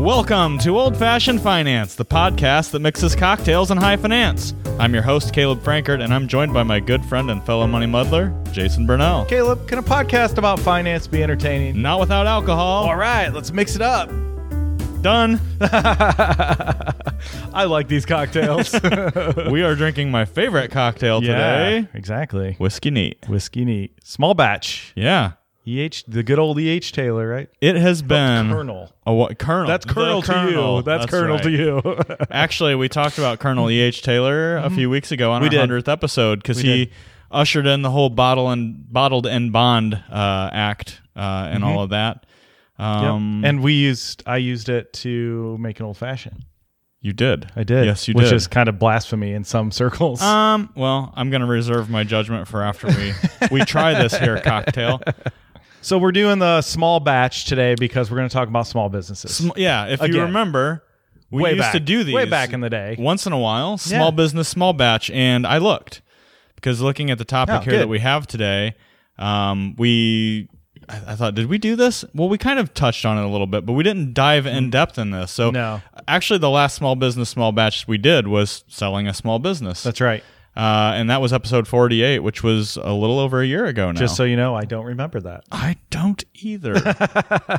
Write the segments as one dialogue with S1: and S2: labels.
S1: Welcome to Old Fashioned Finance, the podcast that mixes cocktails and high finance. I'm your host, Caleb Frankert, and I'm joined by my good friend and fellow money muddler, Jason Burnell.
S2: Caleb, can a podcast about finance be entertaining?
S1: Not without alcohol.
S2: All right, let's mix it up.
S1: Done.
S2: I like these cocktails.
S1: we are drinking my favorite cocktail today
S2: exactly.
S1: Whiskey Neat.
S2: Whiskey neat, small batch.
S1: Yeah.
S2: Eh, the good old Eh Taylor, right?
S1: It has been.
S2: Colonel.
S1: A wha- Colonel.
S2: That's
S1: The
S2: Um, Colonel to you. That's, Colonel
S1: right.
S2: to you.
S1: Actually, we talked about Colonel E.H. Taylor a few weeks ago on
S2: Mm-hmm. We
S1: our
S2: did.
S1: 100th episode because
S2: We
S1: he
S2: did.
S1: ushered in the whole bottle and bottled and bond uh, act uh, and all of that. Um,
S2: Mm-hmm. and we used, I used it to make an old fashioned.
S1: you did.
S2: I did. Uh,
S1: Yes, you
S2: which
S1: did.
S2: is kind of blasphemy in some circles.
S1: um, well, I'm going to reserve my judgment for after we, we try this here cocktail.
S2: so we're doing the small batch today because we're going to talk about small businesses.
S1: Sm- yeah, if you
S2: Again.
S1: remember, we
S2: Way
S1: used
S2: back-
S1: to do these
S2: way back in the day.
S1: Once in a while, small
S2: Yeah.
S1: business, small batch, and I looked because looking at the topic
S2: Oh,
S1: here
S2: good.
S1: that we have today, um, we I, I thought, did we do this? Well, we kind of touched on it a little bit, but we didn't dive in depth in this. So
S2: Mm. No.
S1: actually, the last small business, small batch we did was selling a small business.
S2: That's right.
S1: Uh, and that was episode 48, which was a little over a year ago now.
S2: Just so you know, I don't remember that.
S1: I don't either. I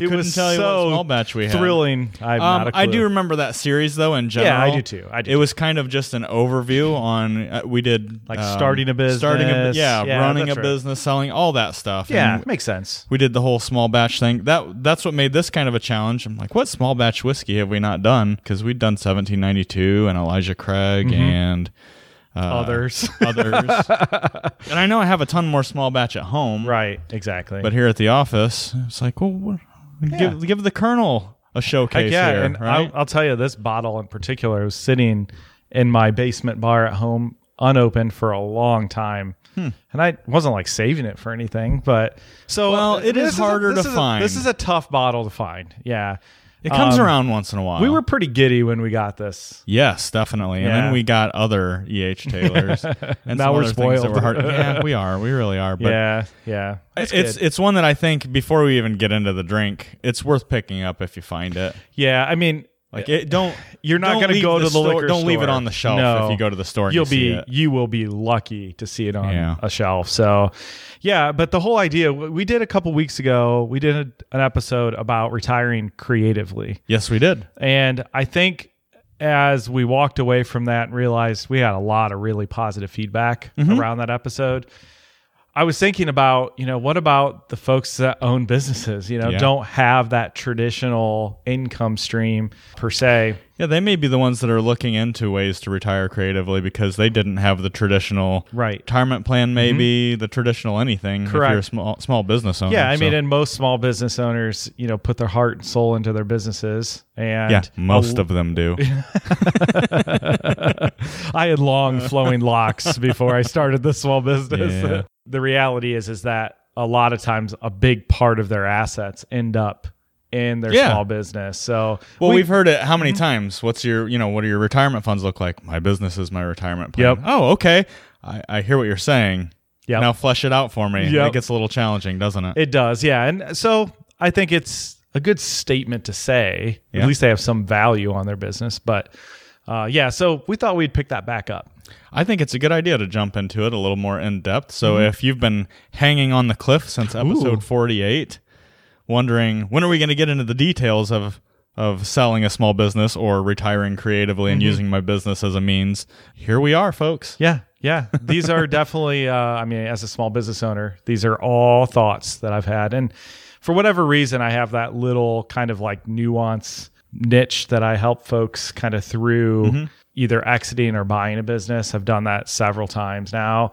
S1: couldn't
S2: was
S1: tell you
S2: so
S1: what small batch we had.
S2: Thrilling. I have not
S1: Um,
S2: a clue.
S1: I do remember that series though. In general,
S2: Yeah, I do too. I do
S1: It
S2: too.
S1: was kind of just an overview on uh, we did
S2: Like starting a business.
S1: starting a yeah,
S2: Yeah,
S1: running a
S2: that's right.
S1: business, selling all that stuff.
S2: Yeah,
S1: And
S2: makes sense.
S1: we did the whole small batch thing. That that's what made this kind of a challenge. I'm like, what small batch whiskey have we not done? Because we'd done 1792 and Elijah Craig
S2: Mm-hmm.
S1: and uh,
S2: Others.
S1: others. and I know I have a ton more small batch at home,
S2: Right, exactly.
S1: But here at the office, it's like, well, what, give give the Colonel a showcase
S2: Heck yeah,
S1: here,
S2: and
S1: right?
S2: I'll, I'll tell you, this bottle in particular was sitting in my basement bar at home, unopened for a long time,
S1: Hmm.
S2: and I wasn't like saving it for anything. But so,
S1: Well, it
S2: this
S1: is harder
S2: this
S1: to
S2: is
S1: find.
S2: this is a tough bottle to find. Yeah,
S1: It comes
S2: Um,
S1: around once in a while.
S2: We were pretty giddy when we got this.
S1: yes, definitely. And
S2: Yeah.
S1: then we got other EH Taylors, and
S2: Now
S1: some
S2: we're
S1: other things that
S2: spoiled.
S1: were hard. yeah, we are. We really are. But
S2: yeah, yeah. That's
S1: it's
S2: good.
S1: it's one that I think before we even get into the drink, it's worth picking up if you find it.
S2: yeah. I mean,
S1: Like it don't.
S2: You're not
S1: don't
S2: going to
S1: leave
S2: go to the
S1: store-
S2: liquor
S1: Don't leave it
S2: store.
S1: on the shelf
S2: No.
S1: if you go to the store. And
S2: You'll
S1: you see
S2: be
S1: it.
S2: you will be lucky to see it on
S1: Yeah.
S2: a shelf. So, yeah, but the whole idea w- we did a couple weeks ago, we did a, an episode about retiring creatively.
S1: Yes, we did.
S2: And I think as we walked away from that and realized we had a lot of really positive feedback
S1: Mm-hmm.
S2: around that episode, I was thinking about, you know, what about the folks that own businesses, you know,
S1: Yeah.
S2: don't have that traditional income stream per se.
S1: Yeah, they may be the ones that are looking into ways to retire creatively because they didn't have the traditional
S2: Right.
S1: retirement plan, maybe the traditional anything. If you're a
S2: Correct.
S1: small small business owner.
S2: Yeah, I mean,
S1: Um, so-
S2: and most small business owners, you know, put their heart and soul into their businesses, and
S1: yeah, most of them do.
S2: I had long flowing locks before I started this small business.
S1: Yeah.
S2: the reality is, is that a lot of times a big part of their assets end up in their
S1: Yeah.
S2: small business. So,
S1: Well,
S2: we-
S1: we, have heard it how many times? What's your, you know, what do your retirement funds look like? My business is my retirement plan.
S2: Yep.
S1: Oh, okay. I, I hear what you're saying.
S2: Yep.
S1: Now flesh it out for me.
S2: Yep.
S1: It gets a little challenging, doesn't it?
S2: it does, yeah, and so I think it's a good statement to say.
S1: Yeah.
S2: At least they have some value on their business, but uh, yeah. So we thought we'd pick that back up.
S1: I think it's a good idea to jump into it a little more in depth. So
S2: Mm-hmm.
S1: if you've been hanging on the cliff since episode 48, wondering when are we going to get into the details of of selling a small business or retiring creatively
S2: Mm-hmm.
S1: and using my business as a means, here we are, folks.
S2: Yeah, yeah. These are definitely. Uh, I mean, as a small business owner, these are all thoughts that I've had, and for whatever reason, I have that little kind of like nuance niche that I help folks kind of through either exiting or buying a business. I've done that several times now.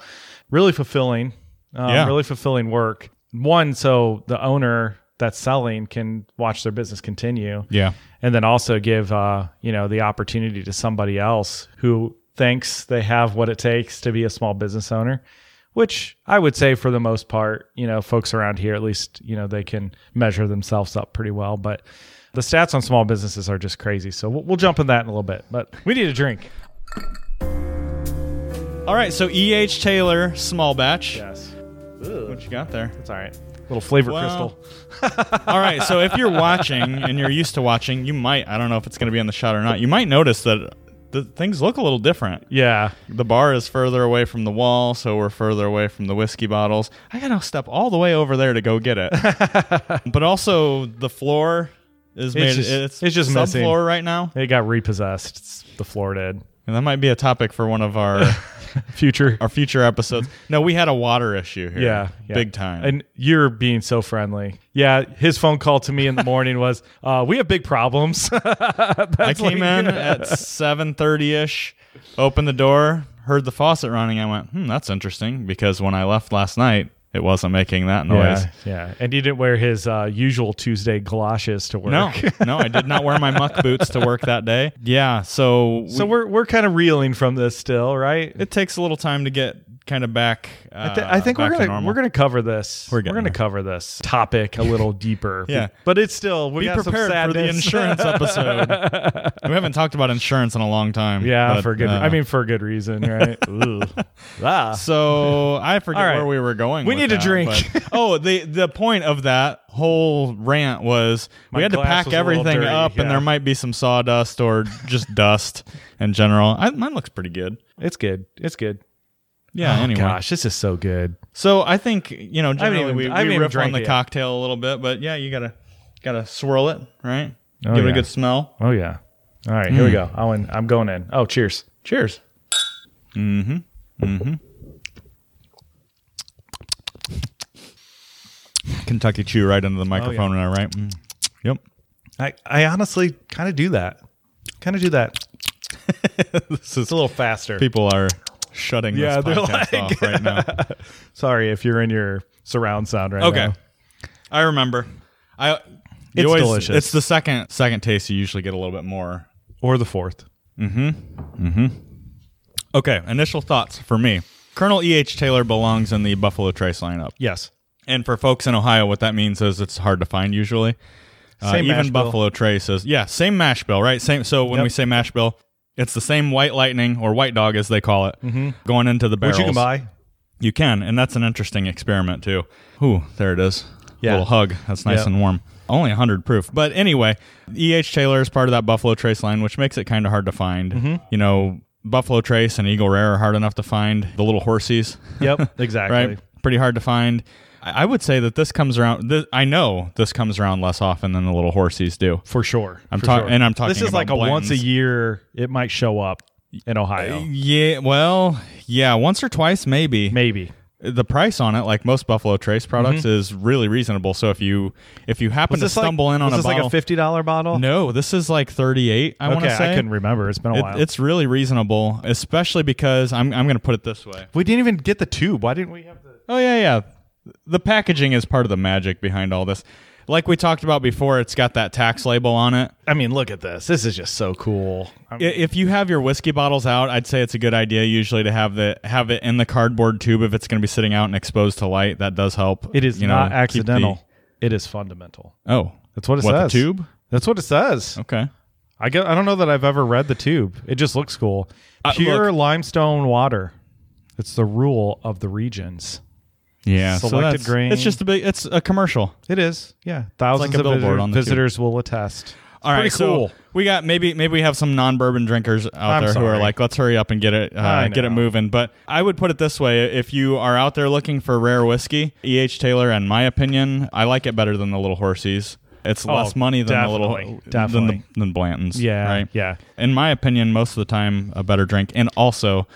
S2: Really fulfilling. Um,
S1: Yeah.
S2: Really fulfilling work. One, so the owner that's selling can watch their business continue
S1: Yeah.
S2: and then also give uh, you know the opportunity to somebody else who thinks they have what it takes to be a small business owner which i would say for the most part you know folks around here at least you know they can measure themselves up pretty well but the stats on small businesses are just crazy so we'll, we'll jump in that in a little bit but we need a drink
S1: All right. So E.H. Taylor, small batch.
S2: yes
S1: What you got there?
S2: it's all right little flavor
S1: Well,
S2: crystal.
S1: All right, so if you're watching and you're used to watching, you might, I don't know if it's going to be on the shot or not, you might notice that the things look a little different.
S2: Yeah.
S1: The bar is further away from the wall, so we're further away from the whiskey bottles. I got to step all the way over there to go get it. but also, the floor is made,
S2: just-
S1: it's,
S2: it's just
S1: subfloor
S2: messy.
S1: right now.
S2: It got repossessed. It's the floor did.
S1: And that might be a topic for one of our,
S2: Future.
S1: our future episodes. No, we had a water issue here.
S2: Yeah, yeah.
S1: Big time.
S2: And you're being so friendly. Yeah, his phone call to me in the morning was, uh, "We have big problems."
S1: I came in at seven thirty ish, opened the door, heard the faucet running. I went, hmm, that's interesting because when I left last night, it wasn't making that noise.
S2: yeah, yeah. And he didn't wear his uh, usual Tuesday galoshes to work.
S1: No, no, I did not wear my muck boots to work that day. Yeah, so,
S2: So we're we're kind of reeling from this still, right?
S1: it takes a little time to get kind of back. Uh,
S2: I, thi- I think we're
S1: back to
S2: gonna
S1: normal.
S2: we're gonna cover this. We're,
S1: getting
S2: gonna
S1: there.
S2: cover this topic a little deeper.
S1: Yeah.
S2: but it's still we
S1: be
S2: got some
S1: prepared for the
S2: sadness.
S1: insurance episode. we haven't talked about insurance in a long time.
S2: yeah,
S1: but,
S2: for good.
S1: uh,
S2: I mean, for good reason, right? Ooh. Ah.
S1: So I forget
S2: All right.
S1: where we were going.
S2: We
S1: with
S2: need a
S1: that,
S2: drink.
S1: but- oh, the the point of that whole rant was
S2: My
S1: we had to pack
S2: glass was a little
S1: everything
S2: dirty,
S1: up,
S2: yeah.
S1: and there might be some sawdust or just dust in general. I, mine looks pretty good.
S2: It's good. It's good.
S1: Yeah.
S2: Oh,
S1: anyway,
S2: gosh, this is so good.
S1: so I think you know generally
S2: even-
S1: we,
S2: I haven't
S1: we
S2: even
S1: riff on
S2: drank
S1: the
S2: it yet.
S1: cocktail a little bit, but yeah, you gotta gotta swirl it right.
S2: Oh,
S1: Give it
S2: yeah.
S1: a good smell.
S2: Oh yeah. All right, here we go. Owen, I'm going in. Oh, Hmm. cheers.
S1: Cheers. Mm-hmm. Mm-hmm. Kentucky Chew right into the microphone now, right? Mm. Yep.
S2: I, I honestly kind of do that. Kind of do that.
S1: This is
S2: It's a little faster.
S1: people are shutting
S2: Yeah,
S1: this
S2: they're
S1: podcast
S2: like-
S1: off right now.
S2: Sorry if you're in your surround sound right now.
S1: Okay. I remember. I you
S2: It's
S1: always-
S2: delicious.
S1: It's the second second taste you usually get a little bit more.
S2: Or the fourth.
S1: Okay, initial thoughts for me. Colonel E.H. Taylor belongs in the Buffalo Trace lineup.
S2: Yes.
S1: And for folks in Ohio, what that means is it's hard to find usually. Uh,
S2: Same
S1: even
S2: mash bill.
S1: Buffalo Trace is yeah, same mash bill, right? Same. So when
S2: Yep.
S1: we say mash bill, it's the same white lightning or white dog as they call it going into the barrels.
S2: Mm-hmm. Which you can buy.
S1: You can, and that's an interesting experiment too. Ooh, there it is.
S2: Yeah.
S1: Little hug. That's nice
S2: Yeah.
S1: and warm. Only 100 proof. But anyway, E.H. Taylor is part of that Buffalo Trace line, which makes it kind of hard to find.
S2: Mm-hmm.
S1: You know, Buffalo Trace and Eagle Rare are hard enough to find. The little horsies,
S2: Yep. Exactly.
S1: right? Pretty hard to find. I I would say that this comes around. This, I know this comes around less often than the little horsies do.
S2: For sure.
S1: I'm
S2: For
S1: talking,
S2: sure.
S1: and I'm talking.
S2: This is
S1: about
S2: like a once a
S1: blends.
S2: year it might show up in Ohio.
S1: Yeah, well, yeah, once or twice maybe.
S2: Maybe.
S1: the price on it, like most Buffalo Trace products, is really reasonable. So if you if you happen to stumble
S2: like,
S1: in on
S2: Mm-hmm. was
S1: a
S2: this
S1: bottle,
S2: like a fifty dollar bottle?
S1: no, this is like thirty eight. I want
S2: Okay,
S1: to say
S2: I couldn't remember. It's been a
S1: It-
S2: while.
S1: it's really reasonable, especially because I'm I'm going to put it this way.
S2: we didn't even get the tube. Why didn't we have the
S1: Oh yeah, yeah. The packaging is part of the magic behind all this. Like we talked about before, it's got that tax label on it.
S2: I mean, look at this. This is just so cool. I'm-
S1: I- If you have your whiskey bottles out, I'd say it's a good idea usually to have the have it in the cardboard tube if it's going to be sitting out and exposed to light. That does help.
S2: It is
S1: you know,
S2: not
S1: keep the-
S2: accidental. it is fundamental.
S1: oh,
S2: That's what it
S1: what
S2: says.
S1: the tube?
S2: That's what it says.
S1: Okay.
S2: I get, I don't know that I've ever read the tube. It just looks cool.
S1: Uh,
S2: Pure limestone water. It's the rule of the regions.
S1: Yeah,
S2: so Selected that's- grain.
S1: It's just a big. It's a commercial.
S2: It is. Yeah. Thousands
S1: like a
S2: of
S1: billboard
S2: visitor-
S1: on the tube.
S2: visitors will attest.
S1: All right,
S2: Pretty cool.
S1: so we got maybe maybe we have some non-bourbon drinkers out
S2: I'm
S1: there who are
S2: sorry.
S1: like, let's hurry up and get it uh,
S2: I
S1: get it
S2: know.
S1: moving. But I would put it this way: if you are out there looking for rare whiskey, E. H. Taylor, in my opinion, I like it better than the Little Horsies. It's less money than the
S2: Oh, definitely,
S1: little
S2: definitely.
S1: than the, than Blanton's.
S2: Yeah.
S1: right.
S2: Yeah.
S1: In my opinion, most of the time, a better drink, and also.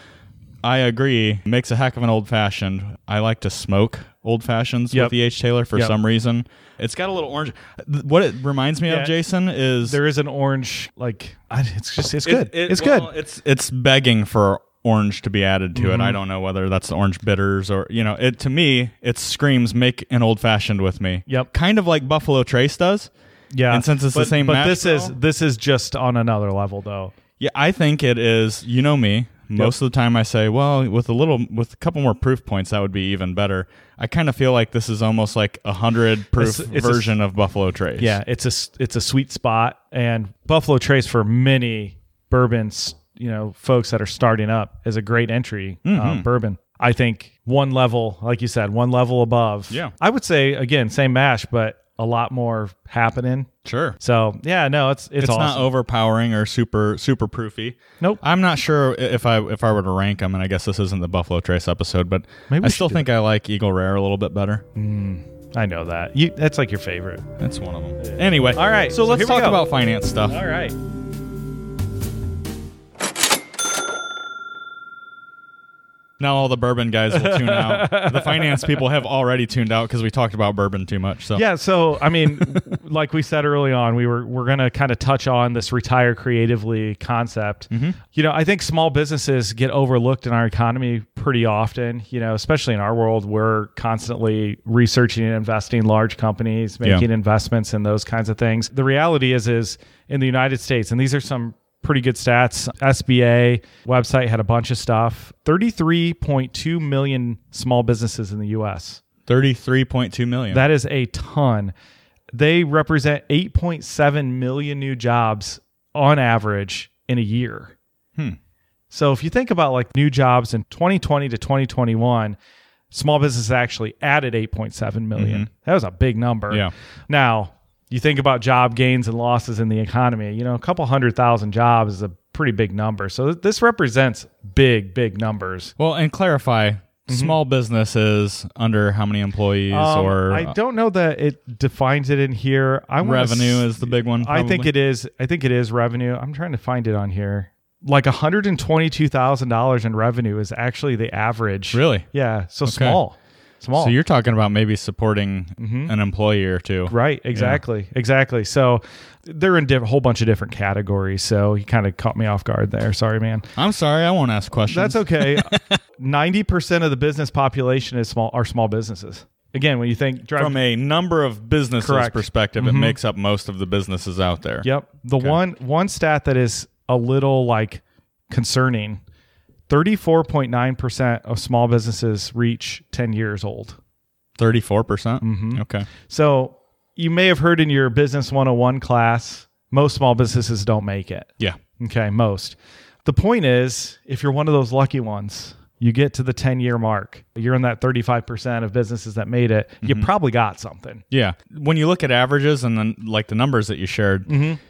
S1: I agree. Makes a heck of an old fashioned. I like to smoke old fashions
S2: Yep.
S1: with E. H. Taylor for
S2: Yep.
S1: some reason. It's got a little orange. th- What it reminds me
S2: Yeah.
S1: of, Jason, is
S2: There is an orange, like, I, it's just, it's good.
S1: it- it-
S2: it's
S1: well,
S2: good. Mm-hmm.
S1: It's it's begging for orange to be added to it. I don't know whether that's the orange bitters or you know. It to me, it screams make an old fashioned with me.
S2: Yep.
S1: Kind of like Buffalo Trace does.
S2: yeah.
S1: and since it's the
S2: But-
S1: same
S2: But
S1: mash
S2: this is,
S1: bill-
S2: this is just on another level, though.
S1: Yeah, I think it is. You know me. Most of the time, I say, well, with a little, with a couple more proof points, that would be even better. I kind of feel like this is almost like a hundred proof
S2: It's- it's a-
S1: version of Buffalo Trace.
S2: Yeah, it's a s- it's a sweet spot, and Buffalo Trace for many bourbons, you know, folks that are starting up is a great entry uh, bourbon. I think one level, like you said, one level above.
S1: Yeah.
S2: I would say again, same mash, but a lot more happening.
S1: Sure.
S2: So yeah, no, it's it's,
S1: It's not
S2: awesome.
S1: overpowering or super super proofy.
S2: Nope.
S1: I'm not sure i- if I if I were to rank them, and I guess this isn't the Buffalo Trace episode, but
S2: Maybe we
S1: I
S2: should
S1: still
S2: do
S1: think I like Eagle Rare a little bit better.
S2: I know that. You that's like your favorite.
S1: That's one of them. Anyway,
S2: All right,
S1: So,
S2: so
S1: let's
S2: here we
S1: talk
S2: go.
S1: about finance stuff.
S2: All right.
S1: Now all the bourbon guys will tune out. The finance people have already tuned out because we talked about bourbon too much. So
S2: Yeah, so I mean, like we said early on, we were we're gonna kind of touch on this retire creatively concept.
S1: Mm-hmm.
S2: You know, I think small businesses get overlooked in our economy pretty often. You know, especially in our world, we're constantly researching and investing large companies,
S1: Yeah.
S2: making investments, and those kinds of things. The reality is, is in the United States, and these are some pretty good stats. SBA website had a bunch of stuff. Thirty-three point two million small businesses in the U.S.
S1: thirty-three point two million.
S2: That is a ton. They represent 8.7 million new jobs on average in a year.
S1: Hmm.
S2: So if you think about like new jobs in 2020 to 2021, small businesses actually added 8.7 million. That was a big number.
S1: Mm-hmm. Yeah.
S2: Now, you think about job gains and losses in the economy, you know, a couple hundred thousand jobs is a pretty big number. So th- this represents big, big numbers.
S1: well, and clarify: small businesses under how many employees
S2: Mm-hmm. Um,
S1: or uh,
S2: I don't know that it defines it in here. I wanna
S1: revenue
S2: s-
S1: is the big one.
S2: I think
S1: probably.
S2: it is. I think it is revenue. I'm trying to find it on here. Like hundred and twenty-two thousand dollars in revenue is actually the average.
S1: really.
S2: Yeah. So small, small.
S1: So you're talking about maybe supporting an employee or two.
S2: Mm-hmm. right. Exactly. Exactly. So they're in diff- a whole bunch of different categories. So you kind of caught me off guard there. Sorry, man.
S1: I'm sorry, I won't ask questions.
S2: That's okay. Ninety percent of the business population is small. Are small businesses. Again, when you think drive
S1: From a number of businesses
S2: Correct. Mm-hmm.
S1: perspective, it makes up most of the businesses out there.
S2: Yep. The one one stat that is a little like concerning. 34.9% of small businesses reach 10 years old.
S1: 34%. Mm-hmm. Okay.
S2: So, you may have heard in your business 101 class, most small businesses don't make it.
S1: Yeah.
S2: Okay, most. The point is, if you're one of those lucky ones, you get to the 10 year mark, you're in that 35% of businesses that made it, you probably got something.
S1: Yeah. When you look at averages and then like the numbers that you shared,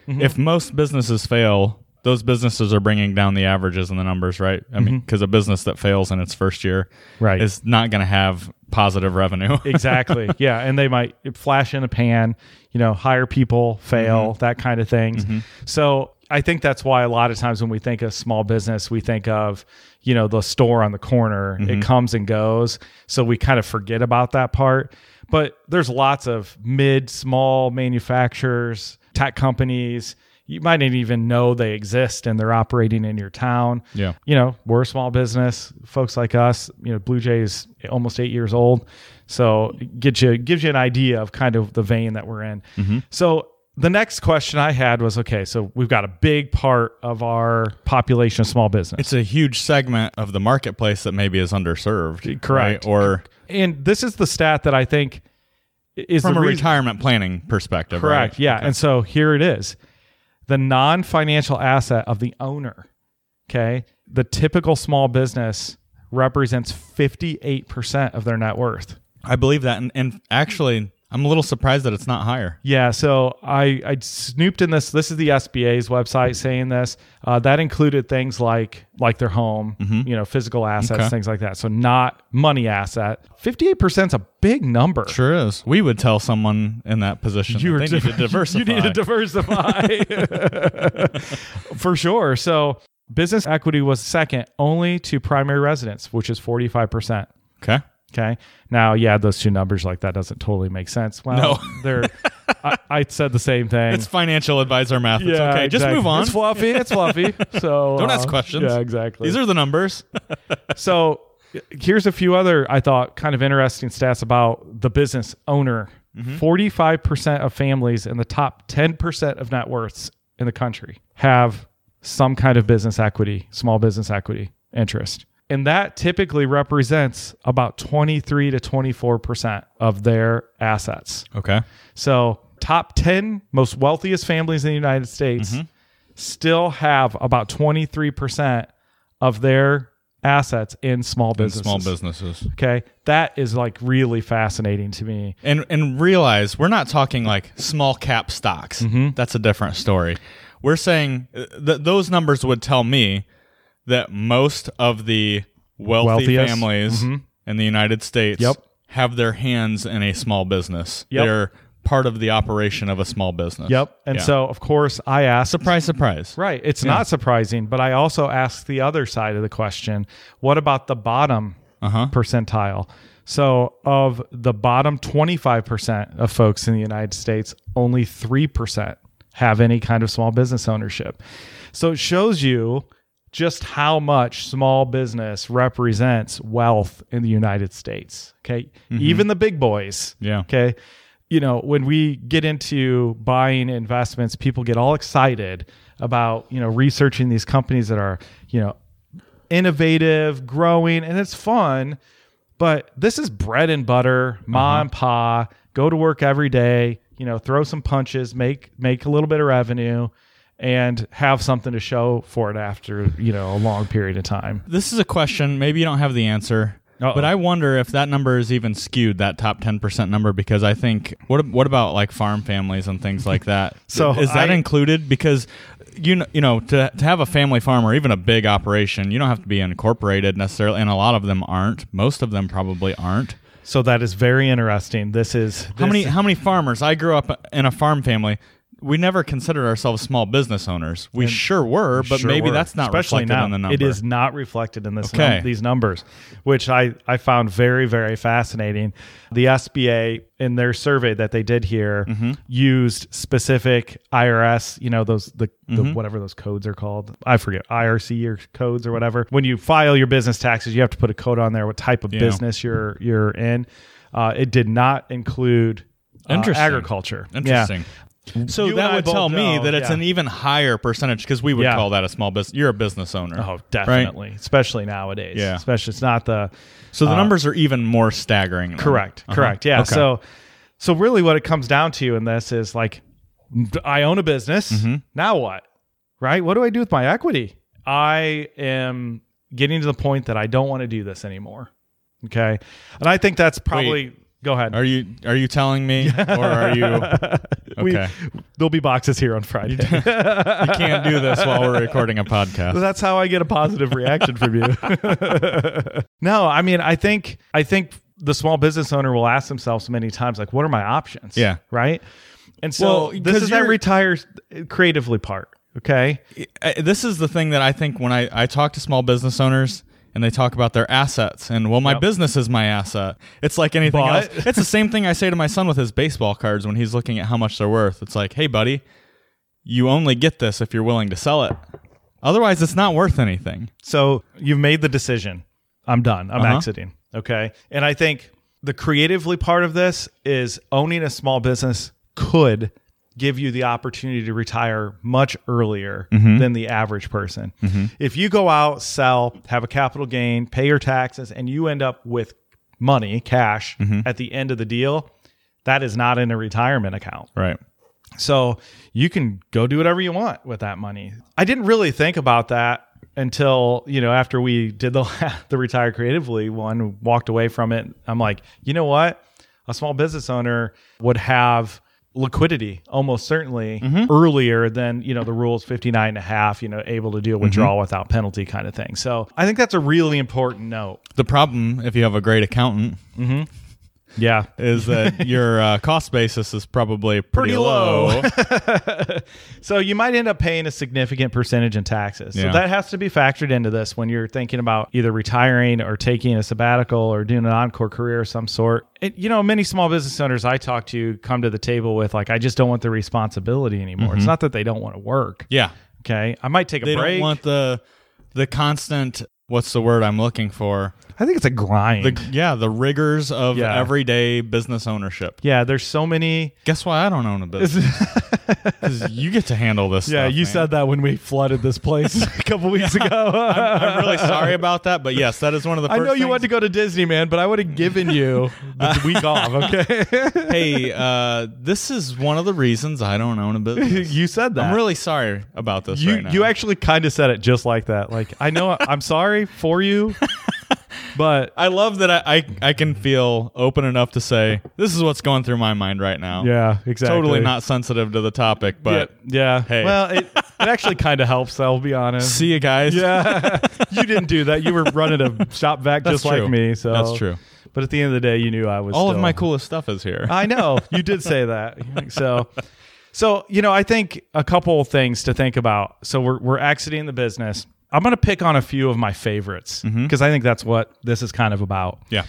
S1: if most businesses fail, those businesses are bringing down the averages and the numbers, right? I mean, because a business that fails in its first year
S2: Right.
S1: is not going to have positive revenue.
S2: exactly yeah and they might flash in a pan you know hire people fail that kind of things so i think that's why a lot of times when we think of small business we think of you know the store on the corner it comes and goes so we kind of forget about that part but there's lots of mid small manufacturers tech companies you might not even know they exist and they're operating in your town
S1: yeah.
S2: you know, we're a small business. Folks like us, you know, Blue Jays almost eight years old, so it get you gives you an idea of kind of the vein that we're in.
S1: Mm-hmm.
S2: So the next question I had was, okay, so we've got a big part of our population of small business,
S1: It's a huge segment of the marketplace that maybe is underserved.
S2: Correct.
S1: right? Or
S2: and this is the stat that I think is
S1: from
S2: the
S1: a
S2: reason-
S1: retirement planning perspective. right?
S2: Correct. Yeah. And so here it is the non financial asset of the owner. Okay. The typical small business represents 58% of their net worth.
S1: I believe that, and, and actually, I'm a little surprised that it's not higher.
S2: Yeah, so I, I snooped in this. This is the SBA's website saying this. Uh, that included things like like their home, you know, physical assets,
S1: Mm-hmm. Okay.
S2: things like that. So not money asset. Fifty eight percent is a big number.
S1: Sure is. We would tell someone in that position
S2: You
S1: that
S2: were
S1: they need to diversify.
S2: You need to diversify for sure. So business equity was second only to primary residence, which is forty five percent.
S1: okay.
S2: Okay. Now, yeah, those two numbers like that doesn't totally make sense. Well, they're. I, I said the same thing.
S1: It's financial advisor math. It's okay. Just
S2: exactly.
S1: move on.
S2: It's fluffy. It's fluffy. So
S1: Don't ask
S2: uh,
S1: questions.
S2: Yeah, exactly.
S1: These are the numbers.
S2: so here's a few other I thought kind of interesting stats about the business owner.
S1: Mm-hmm.
S2: 45% of families in the top 10% of net worths in the country have some kind of business equity, small business equity interest. And that typically represents about 23 to 24% of their assets.
S1: Okay.
S2: So, top 10 most wealthiest families in the United
S1: Mm-hmm.
S2: States still have about 23% of their assets in small
S1: in
S2: businesses.
S1: small businesses.
S2: Okay. That is like really fascinating to me.
S1: And and realize we're not talking like small cap stocks.
S2: Mm-hmm.
S1: That's a different story. We're saying uh, th- those numbers would tell me that most of the wealthy
S2: Wealthiest. Mm-hmm.
S1: families in the United States
S2: Yep.
S1: have their hands in a small business.
S2: Yep.
S1: They're part of the operation of a small business.
S2: Yep. And
S1: Yeah.
S2: so, of course, I asked.
S1: surprise surprise.
S2: Right. It's not surprising, but I also asked the other side of the question what about the bottom
S1: Uh-huh.
S2: percentile? So, of the bottom 25% of folks in the United States, only 3% have any kind of small business ownership. So, it shows you just how much small business represents wealth in the United States. Okay.
S1: Mm-hmm.
S2: Even the big boys.
S1: Yeah.
S2: Okay. You know, when we get into buying investments, people get all excited about, you know, researching these companies that are, you know, innovative, growing, and it's fun. But this is bread and butter, ma
S1: Uh-huh.
S2: and pa, go to work every day, you know, throw some punches, make make a little bit of revenue and have something to show for it after, you know, a long period of time.
S1: This is a question. Maybe you don't have the answer,
S2: Uh-oh.
S1: but I wonder if that number is even skewed. That top ten percent number, because I think what what about like farm families and things like that?
S2: So
S1: is that
S2: I-
S1: included? Because you know, you know, to to have a family farm or even a big operation, you don't have to be incorporated necessarily, and a lot of them aren't. Most of them probably aren't.
S2: So that is very interesting. This is
S1: How
S2: this-
S1: many how many farmers? I grew up in a farm family. We never considered ourselves small business owners. We sure were, but
S2: Sure
S1: maybe
S2: were.
S1: that's not
S2: Especially
S1: reflected
S2: now.
S1: in the number.
S2: It is not reflected in this num-
S1: Okay.
S2: these numbers, which I, I found very, very fascinating. The SBA in their survey that they did here
S1: Mm-hmm.
S2: used specific IRS, you know, those the,
S1: Mm-hmm.
S2: the whatever those codes are called. I forget, IRC or codes or whatever. When you file your business taxes, you have to put a code on there what type of business you're you're in. Uh, it did not include uh,
S1: Interesting.
S2: agriculture. Yeah.
S1: Interesting. So
S2: You and
S1: that
S2: I
S1: would
S2: both
S1: tell me
S2: know,
S1: that it's
S2: yeah.
S1: an even higher percentage because we would
S2: Yeah.
S1: call that a small business. You're a business owner.
S2: Oh, definitely, especially nowadays.
S1: Yeah.
S2: especially it's not the
S1: So the numbers are even more staggering. then.
S2: uh, Correct.
S1: Uh-huh.
S2: Correct. Yeah.
S1: Okay.
S2: So, so really, what it comes down to in this is like, I own a business.
S1: Mm-hmm.
S2: Now what? Right? What do I do with my equity? I am getting to the point that I don't want to do this anymore. Okay, and I think that's probably. Go ahead.
S1: Are you are you telling me or are you okay?
S2: We- there'll be boxes here on Friday.
S1: you can't do this while we're recording a podcast.
S2: That's how I get a positive reaction from you. no, I mean, I think I think the small business owner will ask themselves many times, like, what are my options?
S1: Yeah.
S2: Right. And so
S1: Well,
S2: this
S1: 'cause
S2: is that
S1: you're-
S2: retire creatively part. Okay.
S1: Uh, This is the thing that I think when I, I talk to small business owners and they talk about their assets and well my business is my asset. It's like anything
S2: But-
S1: else. It's the same thing I say to my son with his baseball cards when he's looking at how much they're worth. It's like, "Hey buddy, you only get this if you're willing to sell it. Otherwise, it's not worth anything."
S2: So you've made the decision. I'm done. I'm
S1: Uh-huh.
S2: exiting. Okay. And I think the creatively part of this is owning a small business could give you the opportunity to retire much earlier than the average person. If you go out, sell, have a capital gain, pay your taxes, and you end up with money, cash at the end of the deal, that is not in a retirement account.
S1: Right.
S2: So you can go do whatever you want with that money. I didn't really think about that until you know after we did the the retire creatively one walked away from it i'm like you know what a small business owner would have liquidity almost certainly earlier than you know the rules 59 and a half you know able to do a withdrawal without penalty kind of thing so i think that's a really important note
S1: The problem, if you have a great accountant,
S2: yeah
S1: is that your uh, cost basis is probably pretty,
S2: Pretty low.
S1: low.
S2: So you might end up paying a significant percentage in taxes. So
S1: Yeah.
S2: that has to be factored into this when you're thinking about either retiring or taking a sabbatical or doing an encore career of some sort. It, you know, many small business owners I talk to come to the table with like, I just don't want the responsibility anymore. It's not that they don't want to work.
S1: yeah,
S2: Okay, I might take a
S1: Mm-hmm. they
S2: break.
S1: don't want the the constant. What's the word I'm looking for?
S2: I think it's a grind.
S1: The, yeah, the rigors of
S2: Yeah.
S1: everyday business ownership.
S2: yeah, there's so many.
S1: Guess why I don't own a business? 'Cause you get to handle this.
S2: Yeah,
S1: stuff,
S2: you
S1: man.
S2: said that when we flooded this place a couple weeks ago.
S1: I'm really sorry about that, but yes, that is one of the.
S2: I
S1: First
S2: know you
S1: things-
S2: wanted to go to Disney, man, but I would have given you the week off. Okay,
S1: hey, uh, this is one of the reasons I don't own a business.
S2: you said that.
S1: I'm really sorry about this
S2: you
S1: right now.
S2: you actually kind of said it just like that. Like I know I- I'm sorry for you, but
S1: I love that I, I I can feel open enough to say this is what's going through my mind right now.
S2: yeah, exactly.
S1: totally not sensitive to the topic, but
S2: yeah. yeah.
S1: hey.
S2: Well, it, it actually kind of helps. I'll be honest.
S1: see you guys.
S2: Yeah, you didn't do that. You were running a shop vac
S1: That's
S2: just
S1: true.
S2: like me. So
S1: That's true.
S2: But at the end of the day, you knew I was
S1: all of
S2: still-
S1: my coolest stuff is here.
S2: I know you did say that. So, so you know, I think a couple of things to think about. So we're we're exiting the business. I'm going to pick on a few of my favorites because
S1: Mm-hmm.
S2: I think that's what this is kind of about.
S1: yeah,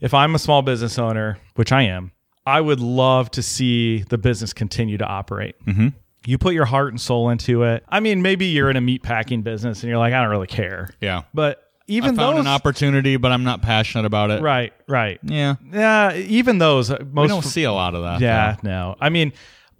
S2: If I'm a small business owner, which I am, I would love to see the business continue to operate. Mm-hmm. You put your heart and soul into it. I mean, maybe you're in a meat packing business and you're like, I don't really care.
S1: yeah.
S2: But even
S1: Found
S2: those,
S1: an opportunity, but I'm not passionate about it.
S2: right, right,
S1: Yeah,
S2: yeah, even those, uh, most
S1: we don't see a lot of that.
S2: yeah, no. I mean,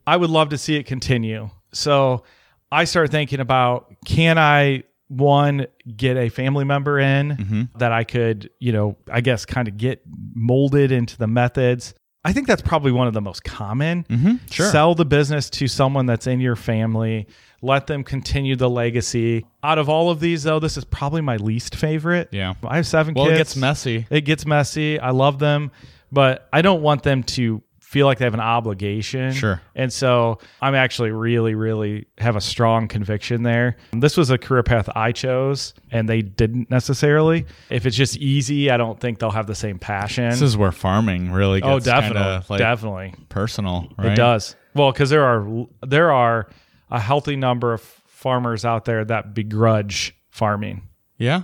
S2: I would love to see it continue. So I start thinking about can I one get a family member in
S1: Mm-hmm.
S2: that I could, you know, I guess kind of get molded into the methods. I think that's probably one of the most common.
S1: Mhm, sure.
S2: Sell the business to someone that's in your family. Let them continue the legacy. Out of all of these, though, this is probably my least favorite.
S1: Yeah.
S2: I have seven
S1: Well,
S2: kids.
S1: it gets messy.
S2: It gets messy. I love them, but I don't want them to feel like they have an obligation.
S1: Sure.
S2: And so I'm actually really, really have a strong conviction there. This was a career path I chose, and they didn't necessarily. If it's just easy, I don't think they'll have the same passion.
S1: This is where farming really gets
S2: oh,
S1: kinda,
S2: definitely,
S1: like
S2: definitely,
S1: personal. Right?
S2: it does. Well, because there are there are a healthy number of farmers out there that begrudge farming.
S1: Yeah.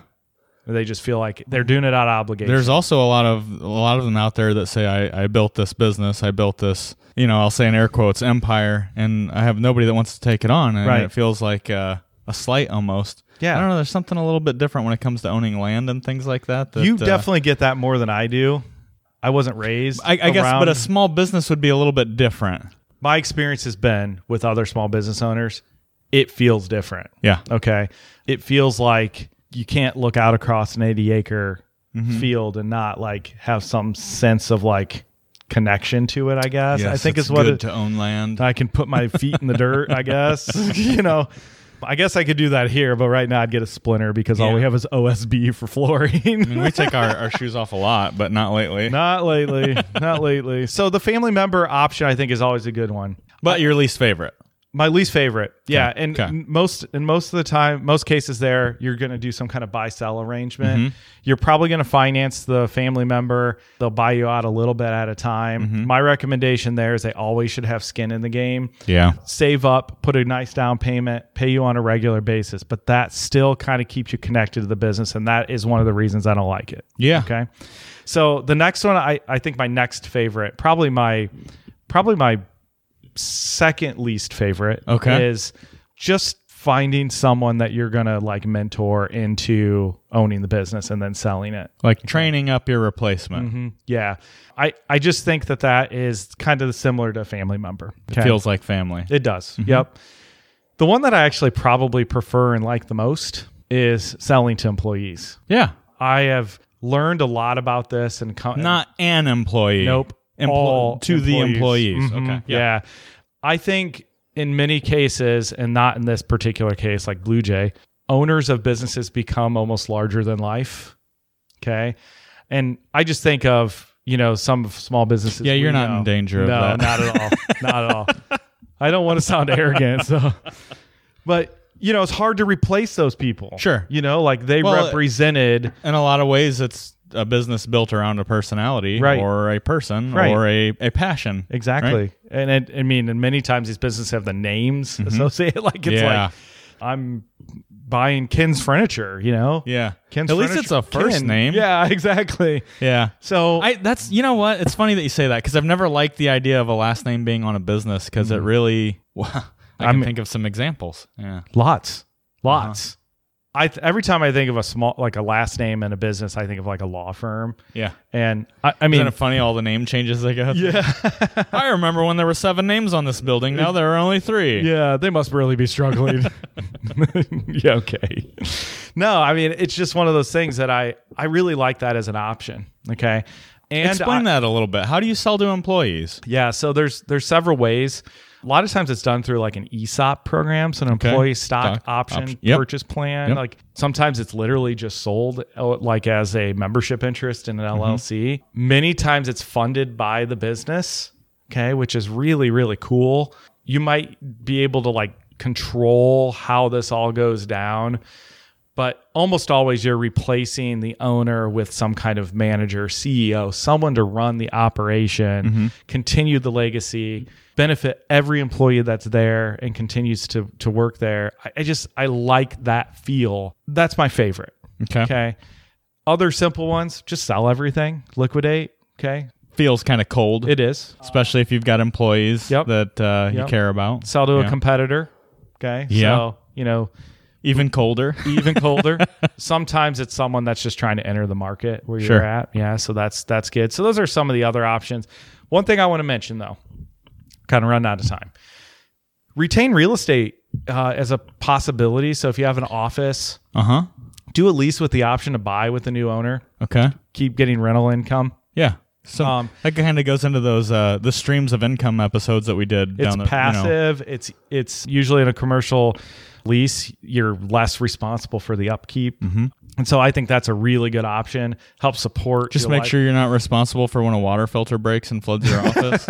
S2: They just feel like they're doing it out of obligation.
S1: There's also a lot of a lot of them out there that say I, I built this business, I built this, you know, I'll say in air quotes empire, and I have nobody that wants to take it on, and
S2: Right.
S1: it feels like uh, a slight almost.
S2: Yeah.
S1: I don't know. There's something a little bit different when it comes to owning land and things like that. that
S2: you
S1: uh,
S2: definitely get that more than I do. I wasn't raised.
S1: I, I guess,
S2: around-
S1: but a small business would be a little bit different.
S2: my experience has been with other small business owners, it feels different.
S1: Yeah.
S2: Okay. It feels like you can't look out across an 80 acre
S1: Mm-hmm.
S2: field and not like have some sense of like connection to it, I guess. I think is what
S1: good
S2: it,
S1: to own land.
S2: I can put my feet in the dirt, I guess. you know, I guess I could do that here, but right now I'd get a splinter because all
S1: Yeah.
S2: we have is OSB for flooring.
S1: I mean, we take our, our shoes off a lot, but not lately.
S2: Not lately. Not lately. So the family member option, I think, is always a good one.
S1: But your least favorite.
S2: My least favorite. Yeah, and
S1: Okay.
S2: m- most and most of the time, most cases there, you're going to do some kind of buy sell arrangement. You're probably going to finance the family member. They'll buy you out a little bit at a time. My recommendation there is they always should have skin in the game.
S1: Yeah.
S2: Save up, put a nice down payment, pay you on a regular basis, but that still kind of keeps you connected to the business, and that is one of the reasons I don't like it.
S1: Yeah.
S2: Okay. So the next one, I, I think my next favorite, probably my probably my second least favorite
S1: Okay.
S2: is just finding someone that you're gonna like mentor into owning the business and then selling it.
S1: Like training up your replacement
S2: Mhm. Yeah. I, I just think that that is kind of similar to a family member. Mm-hmm. Okay.
S1: feels Mm-hmm. like family.
S2: It does. Yep. The one that I actually probably prefer and like the most is selling to employees.
S1: Yeah.
S2: I have learned a lot about this and co-
S1: Not an employee.
S2: Nope.
S1: Empl-
S2: All
S1: to the employees.
S2: Mhm.
S1: Okay.
S2: Yeah. I think in many cases, and not in this particular case, like Blue Jay, owners of businesses become almost larger than life. Okay. And I just think of, you know, some of small businesses.
S1: Yeah, you're
S2: we
S1: not
S2: know.
S1: in danger of
S2: no,
S1: that.
S2: not at all. Not at all. I don't want to sound arrogant. So, but, you know, it's hard to replace those people.
S1: Sure.
S2: You know, like they
S1: Well,
S2: represented.
S1: In a lot of ways, it's a business built around a personality
S2: Right.
S1: or a person
S2: Right.
S1: or a, a passion.
S2: Exactly.
S1: Right?
S2: And it, I mean, and many times these businesses have the names associated. Like it's
S1: Yeah.
S2: like I'm buying Ken's furniture, you know?
S1: Yeah.
S2: Ken's
S1: At least it's
S2: Furniture-
S1: a first
S2: Ken.
S1: name.
S2: Yeah, exactly.
S1: Yeah.
S2: So
S1: I that's you know what it's funny that you say that because I've never liked the idea of a last name being on a business because it really I can
S2: Mm. I'm-
S1: think of some examples. Yeah,
S2: lots. Lots. Uh-huh. I th- every time I think of a small like a last name in a business, I think of like a law firm.
S1: Yeah.
S2: And I, I
S1: Isn't
S2: mean,
S1: it funny all the name changes they go? through?
S2: yeah,
S1: I remember when there were seven names on this building. Now there are only three.
S2: yeah, they must really be struggling. yeah, okay. No, I mean, it's just one of those things that I I really like that as an option. Okay, and
S1: Explain
S2: I-
S1: that a little bit. How do you sell to employees?
S2: Yeah, so there's there's several ways. A lot of times it's done through like an E ESOP program, so an employee stock,
S1: Stock
S2: option,
S1: option. Yep.
S2: purchase plan.
S1: Yep.
S2: Like sometimes it's literally just sold uh, like as a membership interest in an
S1: Mm-hmm.
S2: LLC. Many times it's funded by the business, okay, which is really really cool. You might be able to like control how this all goes down but almost always you're replacing the owner with some kind of manager, CEO, someone to run the operation,
S1: Mm-hmm.
S2: continue the legacy, benefit every employee that's there and continues to to work there. I, I just I like that feel. That's my favorite.
S1: Okay.
S2: Okay. Other simple ones, just sell everything, liquidate. Okay.
S1: Feels kind of cold,
S2: It is.
S1: especially if you've got employees
S2: Yep.
S1: that uh, you
S2: Yep.
S1: care about.
S2: Sell to
S1: Yeah.
S2: a competitor. Okay.
S1: Yeah.
S2: So, you know,
S1: Even colder.
S2: even colder. Sometimes it's someone that's just trying to enter the market where
S1: Sure.
S2: you're at. Yeah, so that's that's good. So those are some of the other options. One thing I want to mention though, kind of run out of time. Retain real estate uh, as a possibility. So if you have an office,
S1: Uh huh.
S2: do a lease with the option to buy with the new owner.
S1: Okay.
S2: Keep getting rental income.
S1: Yeah. So
S2: Um,
S1: that kind of goes into those uh, the streams of income episodes that we did.
S2: It's
S1: down the, you know.
S2: passive. It's it's usually in a commercial lease. You're less responsible for the upkeep,
S1: Mm-hmm.
S2: and so I think that's a really good option. Help support.
S1: Just
S2: your
S1: make
S2: life-
S1: sure you're not responsible for when a water filter breaks and floods your office.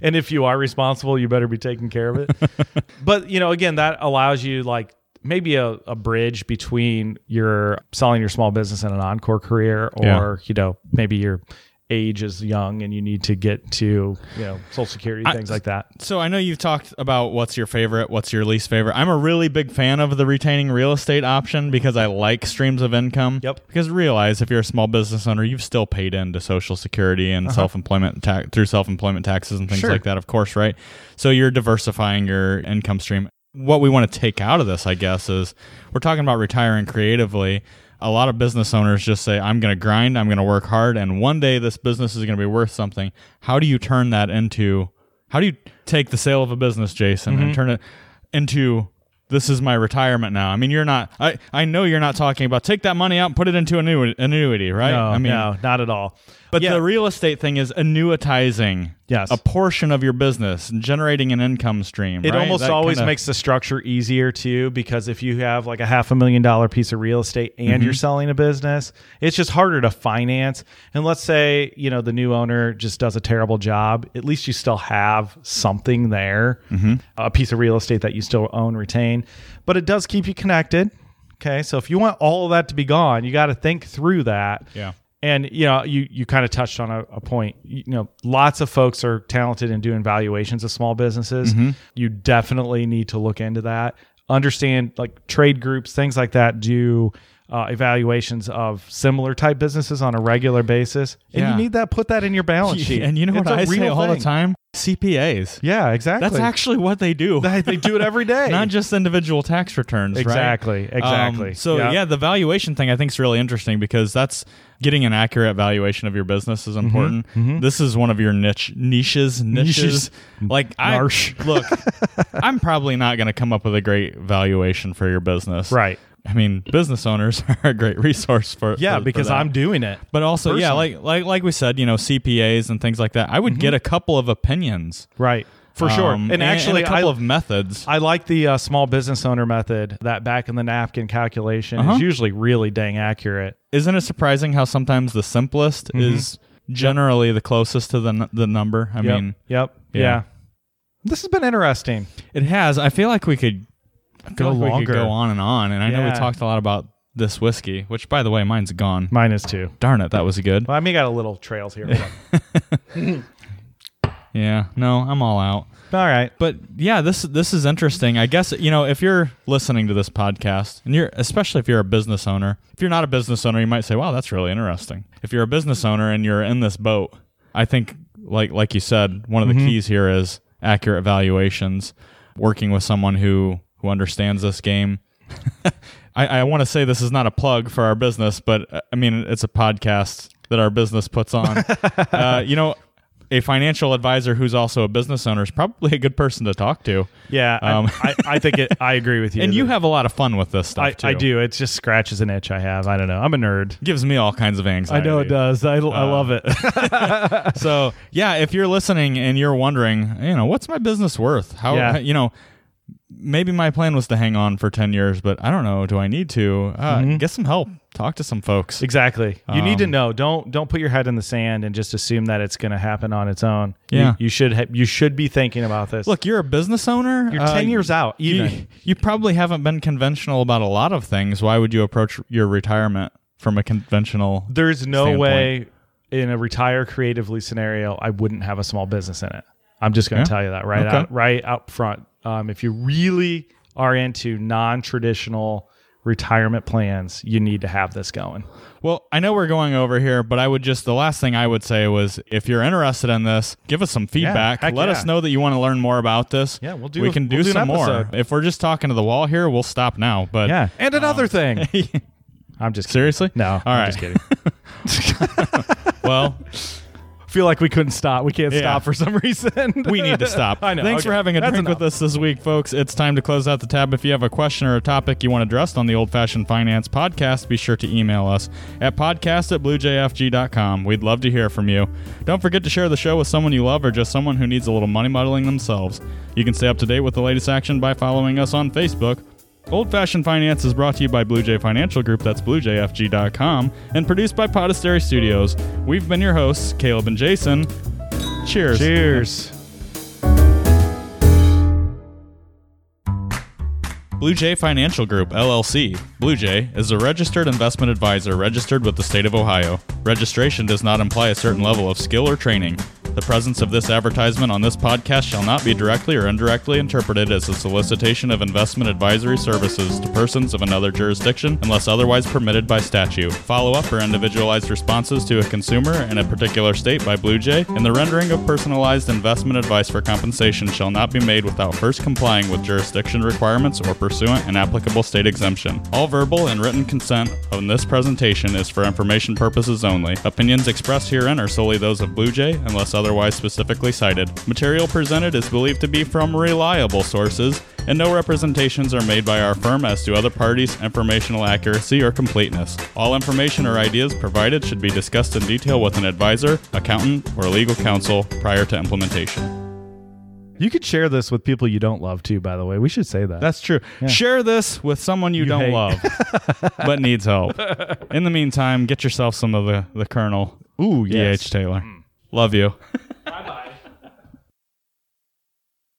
S2: and if you are responsible, you better be taking care of it. but you know, again, that allows you like maybe a, a bridge between your selling your small business and an encore career, or
S1: Yeah.
S2: you know, maybe your age is young and you need to get to you know social security things like that.
S1: So I know you've talked about what's your favorite, what's your least favorite. I'm a really big fan of the retaining real estate option because I like streams of income.
S2: Yep.
S1: Because realize if you're a small business owner, you've still paid into Social Security and self-employment tax through self-employment taxes and things
S2: Uh-huh. Sure.
S1: like that, of course, right? So you're diversifying your income stream. What we want to take out of this, I guess, is we're talking about retiring creatively. A lot of business owners just say, I'm going to grind, I'm going to work hard, and one day this business is going to be worth something. How do you turn that into how do you take the sale of a business, Jason, and turn it into this is my retirement now? I mean, you're not. I I know you're not talking about take that money out and put it into annu- annuity, right?
S2: No,
S1: I mean,
S2: Um, no, not at all.
S1: but
S2: Yeah.
S1: the real estate thing is annuitizing
S2: Yes.
S1: a portion of your business and generating an income stream.
S2: It
S1: right?
S2: almost
S1: That
S2: always
S1: kinda-
S2: makes the structure easier too, because if you have like a half a million dollar piece of real estate and
S1: Mm-hmm.
S2: you're selling a business, it's just harder to finance. And let's say, you know, the new owner just does a terrible job, at least you still have something there,
S1: Mm-hmm.
S2: a piece of real estate that you still own, retain, but it does keep you connected. Okay. So if you want all of that to be gone, you got to think through that
S1: Yeah.
S2: and you know you you kind of touched on a, a point you know lots of folks are talented in doing valuations of small businesses
S1: Mm-hmm.
S2: you definitely need to look into that understand like trade groups things like that do uh, evaluations of similar type businesses on a regular basis and
S1: Yeah.
S2: you need that put that in your balance sheet
S1: And you know
S2: Oh, It's
S1: what
S2: a
S1: I say
S2: real
S1: all the
S2: thing.
S1: time? CPAs.
S2: yeah exactly
S1: That's actually what they do.
S2: they do it every day
S1: not just individual tax returns, right? Um,
S2: Exactly, exactly.
S1: so
S2: Yeah.
S1: yeah. the valuation thing I think is really interesting because that's getting an accurate valuation of your business
S2: Mm-hmm,
S1: is important. This is one of your niche niches niches.
S2: Niches.
S1: Like I
S2: Narsh.
S1: look, I'm probably not going to come up with a great valuation for your business,
S2: right
S1: I mean, business owners are a great resource for
S2: yeah
S1: for- for
S2: because
S1: that.
S2: i'm doing it
S1: But also, yeah,
S2: personally.
S1: like like like we said, you know, CPAs and things like that. I would get a couple of opinions
S2: right Mm-hmm. for sure
S1: um,
S2: and, actually
S1: a couple
S2: I,
S1: of methods.
S2: I like the uh, small business owner method. That back in the napkin calculation
S1: Uh-huh.
S2: is usually really dang accurate.
S1: isn't it surprising how sometimes the simplest is generally the closest to the n- the number? I
S2: Mm-hmm. Yep.
S1: mean,
S2: yep.
S1: yeah.
S2: Yeah. This has been interesting.
S1: it has. I feel like we could I feel
S2: Go
S1: like We could
S2: longer.
S1: go on and on. And I know we
S2: Yeah.
S1: talked a lot about this whiskey, which by the way, mine's gone.
S2: Mine is too.
S1: Darn it, that was good.
S2: Well, I mean, I got a little trails here. but-
S1: Yeah, no, I'm all out.
S2: All right.
S1: But yeah, this this is interesting. I guess you know if you're listening to this podcast, and you're especially if you're a business owner. If you're not a business owner, you might say, "Wow, that's really interesting." If you're a business owner and you're in this boat, I think like like you said, one of the keys here is accurate valuations, working with someone who who understands this game. I, I want to say this is not a plug for our business, but uh, I mean, it's a podcast that our business puts on. uh, you know, a financial advisor who's also a business owner is probably a good person to talk to.
S2: Yeah, I-
S1: Um,
S2: I, I think it, I agree with you.
S1: And you
S2: that-
S1: have a lot of fun with this stuff
S2: I,
S1: too.
S2: I do. It just scratches an itch I have. I don't know. I'm a nerd. Uh,
S1: Gives me all kinds of
S2: I
S1: anxiety.
S2: know it does. I, I love it.
S1: So yeah, if you're listening and you're wondering, you know, what's my business worth? How
S2: Yeah.
S1: you know, maybe my plan was to hang on for ten years, but I don't know. Do I need to uh,
S2: Mm-hmm.
S1: get some help? Talk to some folks.
S2: exactly. You need to
S1: Um,
S2: know. Don't don't put your head in the sand and just assume that it's going to happen on its own. You-
S1: Yeah.
S2: You, should ha- you should be thinking about this. Uh,
S1: Look, you're a business owner. Uh,
S2: you're 10 years out.
S1: You,
S2: even.
S1: you probably haven't been conventional about a lot of things. Why would you approach your retirement from a conventional?
S2: There's no
S1: standpoint.
S2: way in a retire creatively scenario I wouldn't have a small business in it. I'm just going
S1: Yeah.
S2: to tell you that right
S1: Okay.
S2: out right out front. Um, if you really are into non-traditional retirement plans, you need to have this going.
S1: Well, I know we're going over here, but I would just the last thing I would say was if you're interested in this, give us some feedback.
S2: heck
S1: Let
S2: yeah.
S1: us know that you want to learn more about this.
S2: Yeah, we'll do
S1: We
S2: a-
S1: can do
S2: we'll do an
S1: some more.
S2: episode.
S1: If we're just talking to the wall here, we'll stop now. But
S2: Yeah. Um, And another thing. I'm just kidding.
S1: seriously,
S2: No.
S1: All right.
S2: I'm just kidding.
S1: well,
S2: Feel like we couldn't stop. We can't
S1: Yeah.
S2: stop for some reason.
S1: we need to stop.
S2: I know.
S1: Thanks
S2: Okay.
S1: for having a
S2: That's
S1: drink
S2: enough.
S1: with us this week, folks. It's time to close out the tab. If you have a question or a topic you want addressed on the Old Fashioned Finance podcast, be sure to email us at podcast at bluejfg.com. We'd love to hear from you. Don't forget to share the show with someone you love or just someone who needs a little money muddling themselves. You can stay up to date with the latest action by following us on Facebook. Old Fashioned Finance is brought to you by Blue Jay Financial Group, that's bluejfg.com, and produced by Podastery Studios. We've been your hosts, Caleb and Jason. Cheers.
S2: Cheers.
S1: Blue Jay Financial Group, LLC. Blue Jay is a registered investment advisor registered with the state of Ohio. Registration does not imply a certain level of skill or training. The presence of this advertisement on this podcast shall not be directly or indirectly interpreted as a solicitation of investment advisory services to persons of another jurisdiction unless otherwise permitted by statute. Follow up or individualized responses to a consumer in a particular state by Blue Jay and the rendering of personalized investment advice for compensation shall not be made without first complying with jurisdiction requirements or pursuant an applicable state exemption. All verbal and written consent on this presentation is for information purposes only. Opinions expressed herein are solely those of Blue Jay unless otherwise specifically cited. Material presented is believed to be from reliable sources and no representations are made by our firm as to other parties' informational accuracy or completeness. All information or ideas provided should be discussed in detail with an advisor, accountant, or legal counsel prior to implementation.
S2: You could share this with people you don't love too, by the way. We should say that.
S1: That's true. Share this with someone you, don't
S2: hate.
S1: love but needs help. In the meantime, get yourself some of the, the Colonel
S2: Ooh,
S1: E.H. Taylor. Love you.
S2: Bye-bye.